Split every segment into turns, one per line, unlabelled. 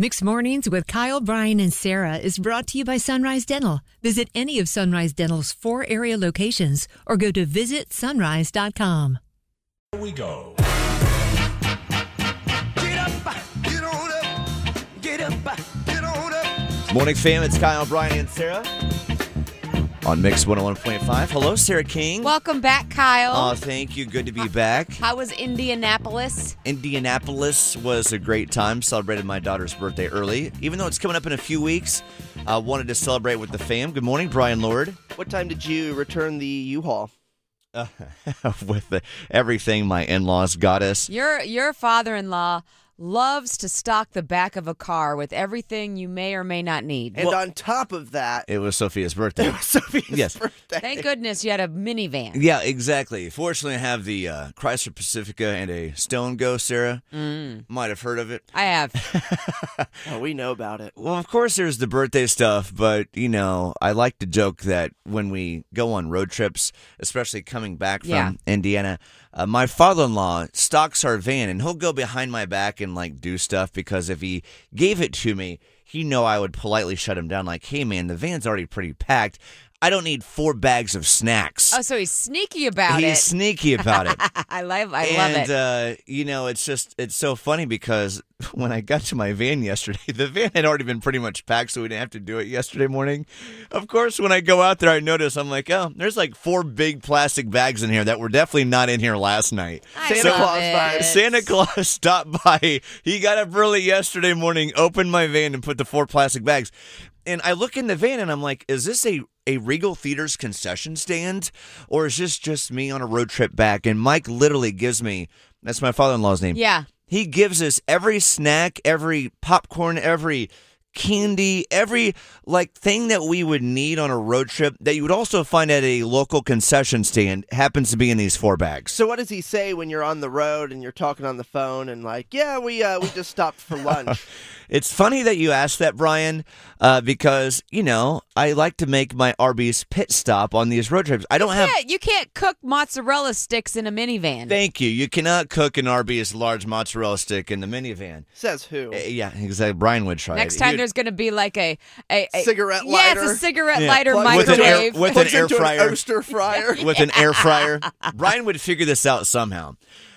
Mixed Mornings with Kyle, Brian, and Sarah is brought to you by Sunrise Dental. Visit any of Sunrise Dental's four area locations or go to visitsunrise.com.
Here we go.
Get up, get on up, get up, get on up.
Morning, fam. It's Kyle, Brian, and Sarah on Mix 101.5. Hello, Sarah King.
Welcome back, Kyle.
Oh, thank you. Good to be back.
How was Indianapolis?
Indianapolis was a great time. Celebrated my daughter's birthday early. Even though it's coming up in a few weeks, I wanted to celebrate with the fam. Good morning, Brian Lord.
What time did you return the U-Haul?
with the, everything my in laws got us.
Your your father-in-law loves to stock the back of a car with everything you may or may not need.
And on top of that,
It was Sophia's birthday.
Sophie's
Yes.
birthday.
Thank goodness you had a minivan.
Yeah, exactly. Fortunately, I have the uh, Chrysler Pacifica and a Stone Go, Sarah. Mm. Might have heard of it.
I have.
Oh, we know about it.
Well, of course, there's the birthday stuff, but you know, I like to joke that when we go on road trips, especially coming back from
Yeah.
Indiana, uh, my father-in-law stocks our van, and he'll go behind my back and like do stuff because if he gave it to me, he know I would politely shut him down, like, "Hey, man, the van's already pretty packed. I don't need four bags of snacks."
Oh, so he's sneaky about
He's
it.
sneaky about it.
I love I
and,
love it.
uh, you know, it's just it's so funny because when I got to my van yesterday, the van had already been pretty much packed, so we didn't have to do it yesterday morning. Of course, when I go out there, I notice I'm like, oh, there's like four big plastic bags in here that were definitely not in here last night.
I
Santa
love
Claus
it.
vibes.
Santa Claus stopped by. He got up early yesterday morning, opened my van, and put the four plastic bags. And I look in the van and I'm like, is this a, a Regal Theaters concession stand? Or is this just me on a road trip back? And Mike literally gives me that's my father in law's name.
Yeah.
He gives us every snack, every popcorn, every candy, every like thing that we would need on a road trip that you would also find at a local concession stand happens to be in these four bags.
So what does he say when you're on the road and you're talking on the phone and like, yeah, we uh, we just stopped for lunch.
It's funny that you asked that, Brian, uh, because you know I like to make my Arby's pit stop on these road trips. I don't have.
Yeah, you can't cook mozzarella sticks in a minivan.
Thank you. You cannot cook an Arby's large mozzarella stick in the minivan.
Says who?
Uh, yeah, exactly. Brian would try
Next
it.
time
You'd-
there's going to be like a, a, a
Cigarette
Yes,
lighter.
a cigarette
Yeah.
lighter
Plug
with an air-
microwave.
with an
Plugs
air
into
fryer.
an Oster fryer.
with an air fryer. Brian would figure this out somehow.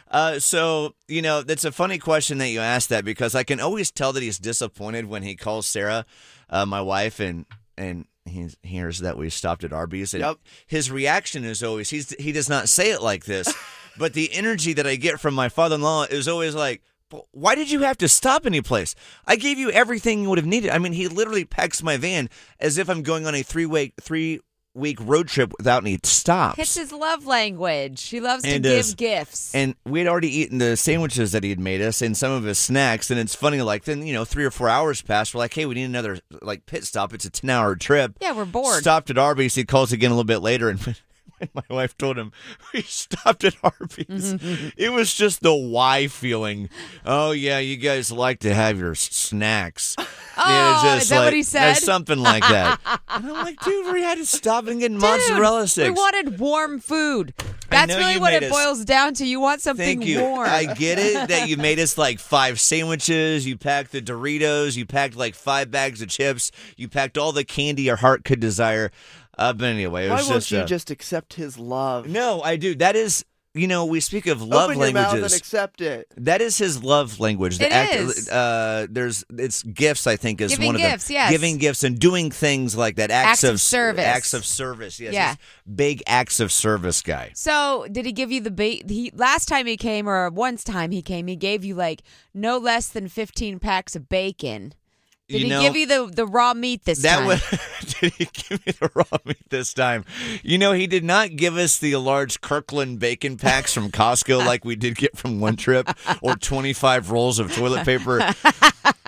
Uh, so you know that's a funny question that you asked that because I can always tell that he's disappointed when he calls Sarah, uh, my wife, and and he hears that we stopped at Arby's. And
Yep.
His reaction is always he's he does not say it like this, but the energy that I get from my father-in-law is always like. "But Why did you have to stop any place? I gave you everything you would have needed. I mean, he literally packs my van as if I'm going on a three week three week road trip without any stops.
It's his love language. She loves to
It
give
is.
gifts.
And we had already eaten the sandwiches that he had made us and some of his snacks. And it's funny, like, then, you know, three or four hours passed. We're like, hey, we need another, like, pit stop. It's a 10 hour trip.
yeah, we're bored.
Stopped at Arby's. He calls again a little bit later. And when, when my wife told him, we stopped at Arby's,
Mm-hmm.
it was just the why feeling. Oh, yeah, you guys like to have your s- snacks. Oh,
Oh, is that what he said?
Something like that. and I'm like, dude, we had to stop and get
Dude,
mozzarella sticks.
We wanted warm food. That's
know
really
you
what
made us-
it boils down to. You want something
Thank you.
warm.
I get it that you made us like five sandwiches, you packed the Doritos, you packed like five bags of chips, you packed all the candy your heart could desire. Uh, but anyway, it
Why
was
won't
just,
you
uh,
just accept his love?
No, I do. That is, you know, we speak of love
Open your mouth and
languages.
accept it.
that is his love language. The
It is.
Uh, there's it's gifts. I think is
Giving
one of
gifts,
them.
yes.
Giving gifts and doing things like that. Acts,
Acts of
s-
service.
Acts of service. Yes.
Yeah.
he's Big acts of service guy.
so, did he give you the bait? He last time he came, or once time he came, he gave you like no less than fifteen packs of bacon. Did
You
he
know-
give you the the raw meat this
That
time?
was did he give me the raw meat this time? You know, he did not give us the large Kirkland bacon packs from Costco like we did get from one trip, or twenty five rolls of toilet paper.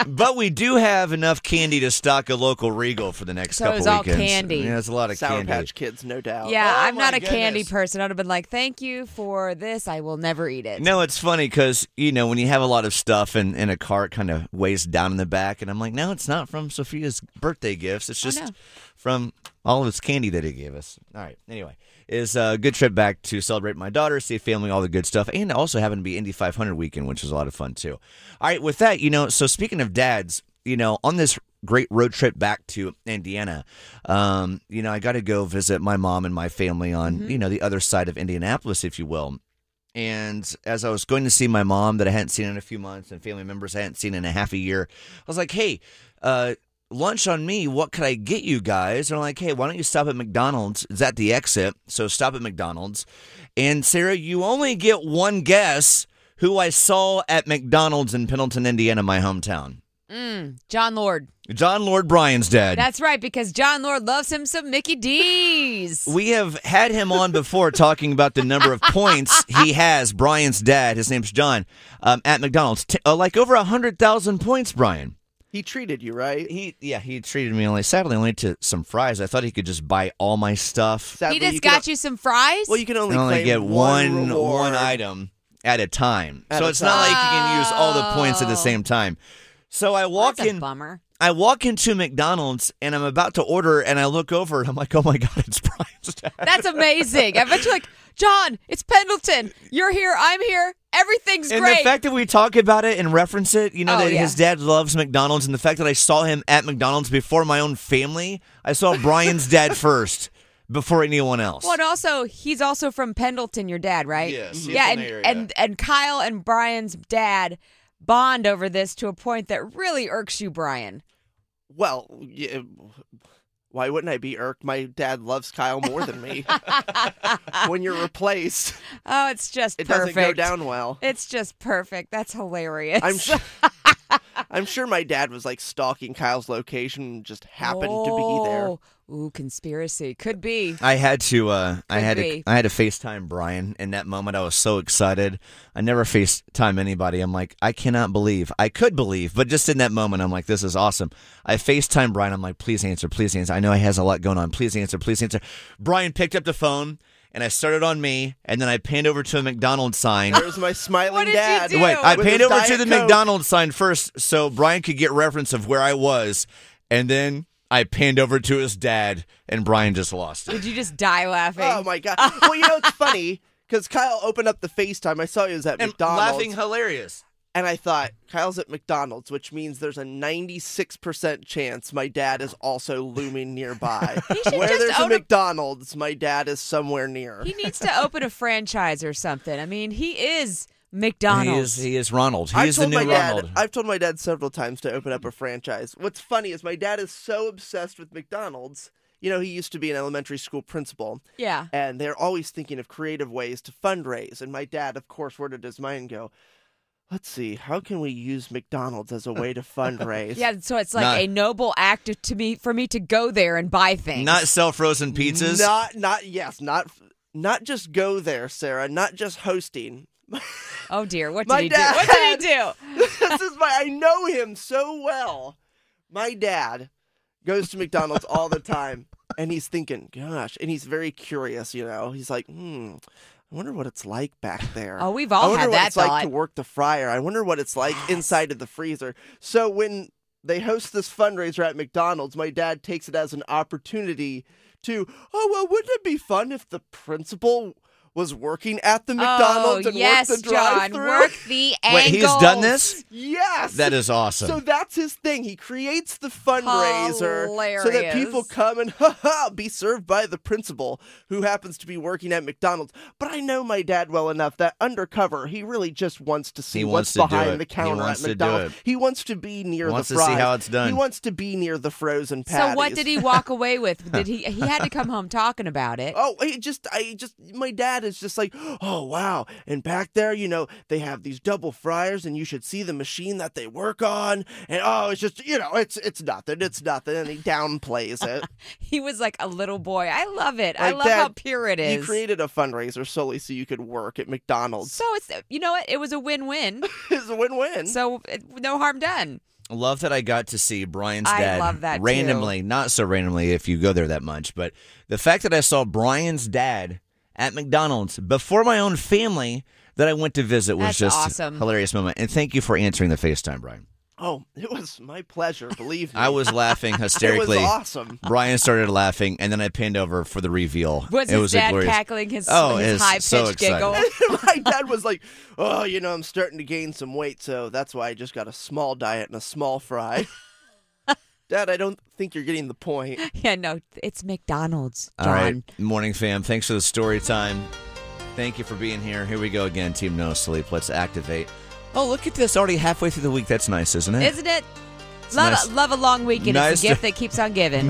but we do have enough candy to stock a local Regal for the next
So it
couple
was all
weekends.
candy.
Yeah, that's a lot of
Sour
candy.
Patch Kids, no doubt.
yeah,
Oh
I'm not
my
a candy
goodness.
person. I'd have been like, "Thank you for this. I will never eat it."
No, it's funny because you know when you have a lot of stuff in, in a car, it kind of weighs down in the back. And I'm like, no, it's not from Sophia's birthday gifts. It's just
Oh, no.
from all of his candy that he gave us. All right. Anyway, is a good trip back to celebrate my daughter, see family, all the good stuff, and also having to be Indy 500 weekend, which was a lot of fun too. All right. With that, you know, so speaking of dads, you know, on this great road trip back to Indiana, um, you know, I got to go visit my mom and my family on,
Mm-hmm.
you know, the other side of Indianapolis, if you will. And as I was going to see my mom that I hadn't seen in a few months and family members I hadn't seen in a half a year, I was like, hey, uh, lunch on me. What could I get you guys? And I'm like, hey, why don't you stop at McDonald's? It's at the exit. So stop at McDonald's. And Sarah, you only get one guess who I saw at McDonald's in Pendleton, Indiana, my hometown.
Mm, John Lord.
John Lord Bryan's dead.
That's right, because John Lord loves him some Mickey D's.
we have had him on before talking about the number of points he has. Brian's dad, his name's John, um, at McDonald's, T- uh, like over hundred thousand points. Brian,
He treated you right.
he yeah, he treated me only sadly only to some fries. I thought he could just buy all my stuff.
Sadly,
he just
you can
got
o-
you some fries?
Well, you can only,
and only
claim
get one
reward.
one item at a time.
At
so
a
it's not like you can use all the points at the
Oh.
same time. So I walk
That's a
in.
bummer.
I walk into McDonald's and I'm about to order, and I look over and I'm like, "Oh my god, it's Brian's dad."
That's amazing. I bet you're like, John, it's Pendleton. You're here. I'm here. Everything's
and
great.
the fact that we talk about it and reference it, you know
Oh,
that
yeah.
his dad loves McDonald's, and the fact that I saw him at McDonald's before my own family, I saw Brian's dad first before anyone else.
well, and also, he's also from Pendleton, your dad, right?
Yes, he's
Yeah,
from
and,
the area.
and, and Kyle and Brian's dad bond over this to a point that really irks you, Brian.
Well, yeah, why wouldn't I be irked? My dad loves Kyle more than me. when you're replaced,
Oh, it's just
it
perfect.
doesn't go down well.
It's just perfect. That's hilarious.
I'm sure. I'm sure my dad was like stalking Kyle's location, and just happened to be there.
Oh. Ooh, conspiracy. Could be.
I had to. Uh, I
Could
had. To,
be.
I had to FaceTime Brian. In that moment, I was so excited. I never FaceTime anybody. I'm like, I cannot believe. I could believe, but just in that moment, I'm like, this is awesome. I FaceTime Brian. I'm like, please answer, please answer. I know he has a lot going on. Please answer, please answer. Brian picked up the phone, and I started on me, and then I panned over to a McDonald's sign.
There's my smiling
What did you
dad.
do?
Wait, I
With
panned
his
over to
Diet
the
Coke.
McDonald's sign first, so Brian could get reference of where I was, and then I panned over to his dad, and Brian just lost it.
Did you just die laughing?
Oh my god. Well, you know it's funny because Kyle opened up the FaceTime. I saw he was at
And
McDonald's,
laughing hilarious.
and I thought Kyle's at McDonald's, which means there's a 96 percent chance my dad is also looming nearby.
should
Where
just
there's a
own a-
McDonald's, my dad is somewhere near.
He needs to open a franchise or something. I mean, he is McDonald's.
He is, he is Ronald. He
I've
is the
told
new
my dad,
Ronald.
I've told my dad several times to open up a franchise. What's funny is my dad is so obsessed with McDonald's. You know, he used to be an elementary school principal,
yeah.
and they're always thinking of creative ways to fundraise. And my dad, of course, where did his mind go? Let's see, how can we use McDonald's as a way to fundraise?
Yeah, so it's like
Not-
a noble act of- to me for me to go there and buy things.
Not sell frozen pizzas.
Not, not, yes, not, not just go there, Sarah, not just hosting.
oh dear, what
My
did he
dad-
do? What did he do?
this is my I know him so well. My dad goes to McDonald's all the time and he's thinking, gosh, and he's very curious, you know. He's like, hmm, I wonder what it's like back there.
Oh, we've all
I wonder
had
what
that
it's like
thought.
to work the fryer. I wonder what it's like inside of the freezer. So when they host this fundraiser at McDonald's, my dad takes it as an opportunity to, oh well, wouldn't it be fun if the principal was working at the McDonald's
oh,
and
yes,
worked the
John,
drive-through?
work the angle.
Wait, he's done this?
Yes.
That is awesome.
So that's his thing. He creates the fundraiser so that
Hilarious.
people come and ha ha be served by the principal who happens to be working at McDonald's. But I know my dad well enough that undercover he really just wants to see
He
what's
wants to do
behind
it.
the
He
counter
wants
at
to do
McDonald's.
it.
He wants to be near
wants
the
to see
fries.
how it's done.
He wants to be near the frozen patties.
So what did he walk away with? Did he he had to come home talking about it?
Oh, I just, I just, my dad is just like, oh, wow. And back there, you know, they have these double fryers and you should see the machine that they work on. And oh, it's just, you know, it's, it's nothing. It's nothing. And he downplays it.
He was like a little boy. I love it. I
Like
love
that,
how pure it
You
is.
created a fundraiser solely so you could work at McDonald's.
so it's you know what? It was a win-win.
it's a win win.
so it, no harm done.
love that I got to see Brian's
I
dad
love that, too.
randomly, not so randomly if you go there that much, but the fact that I saw Brian's dad at McDonald's before my own family that I went to visit was
That's
just
awesome.
a hilarious moment. And thank you for answering the FaceTime, Brian.
oh, it was my pleasure. Believe me.
I was laughing
it was
hysterically.
awesome.
Brian started laughing, and then I pinned over for the reveal.
Was
it
his
was a
dad
glorious.
cackling his,
Oh,
his
it's
high pitched
so exciting.
giggle?
my dad was like, "Oh, you know, I'm starting to gain some weight, so that's why I just got a small diet and a small fry." Dad, I don't think you're getting the point.
Yeah, no, it's McDonald's, John.
All right, morning fam. Thanks for the story time. Thank you for being here. Here we go again, Team No Sleep. Let's activate. Oh, look at this! Already halfway through the week. That's nice, isn't it?
Isn't it? Love,
nice-
love a long weekend.
nice
it's a
to-
gift that keeps on giving.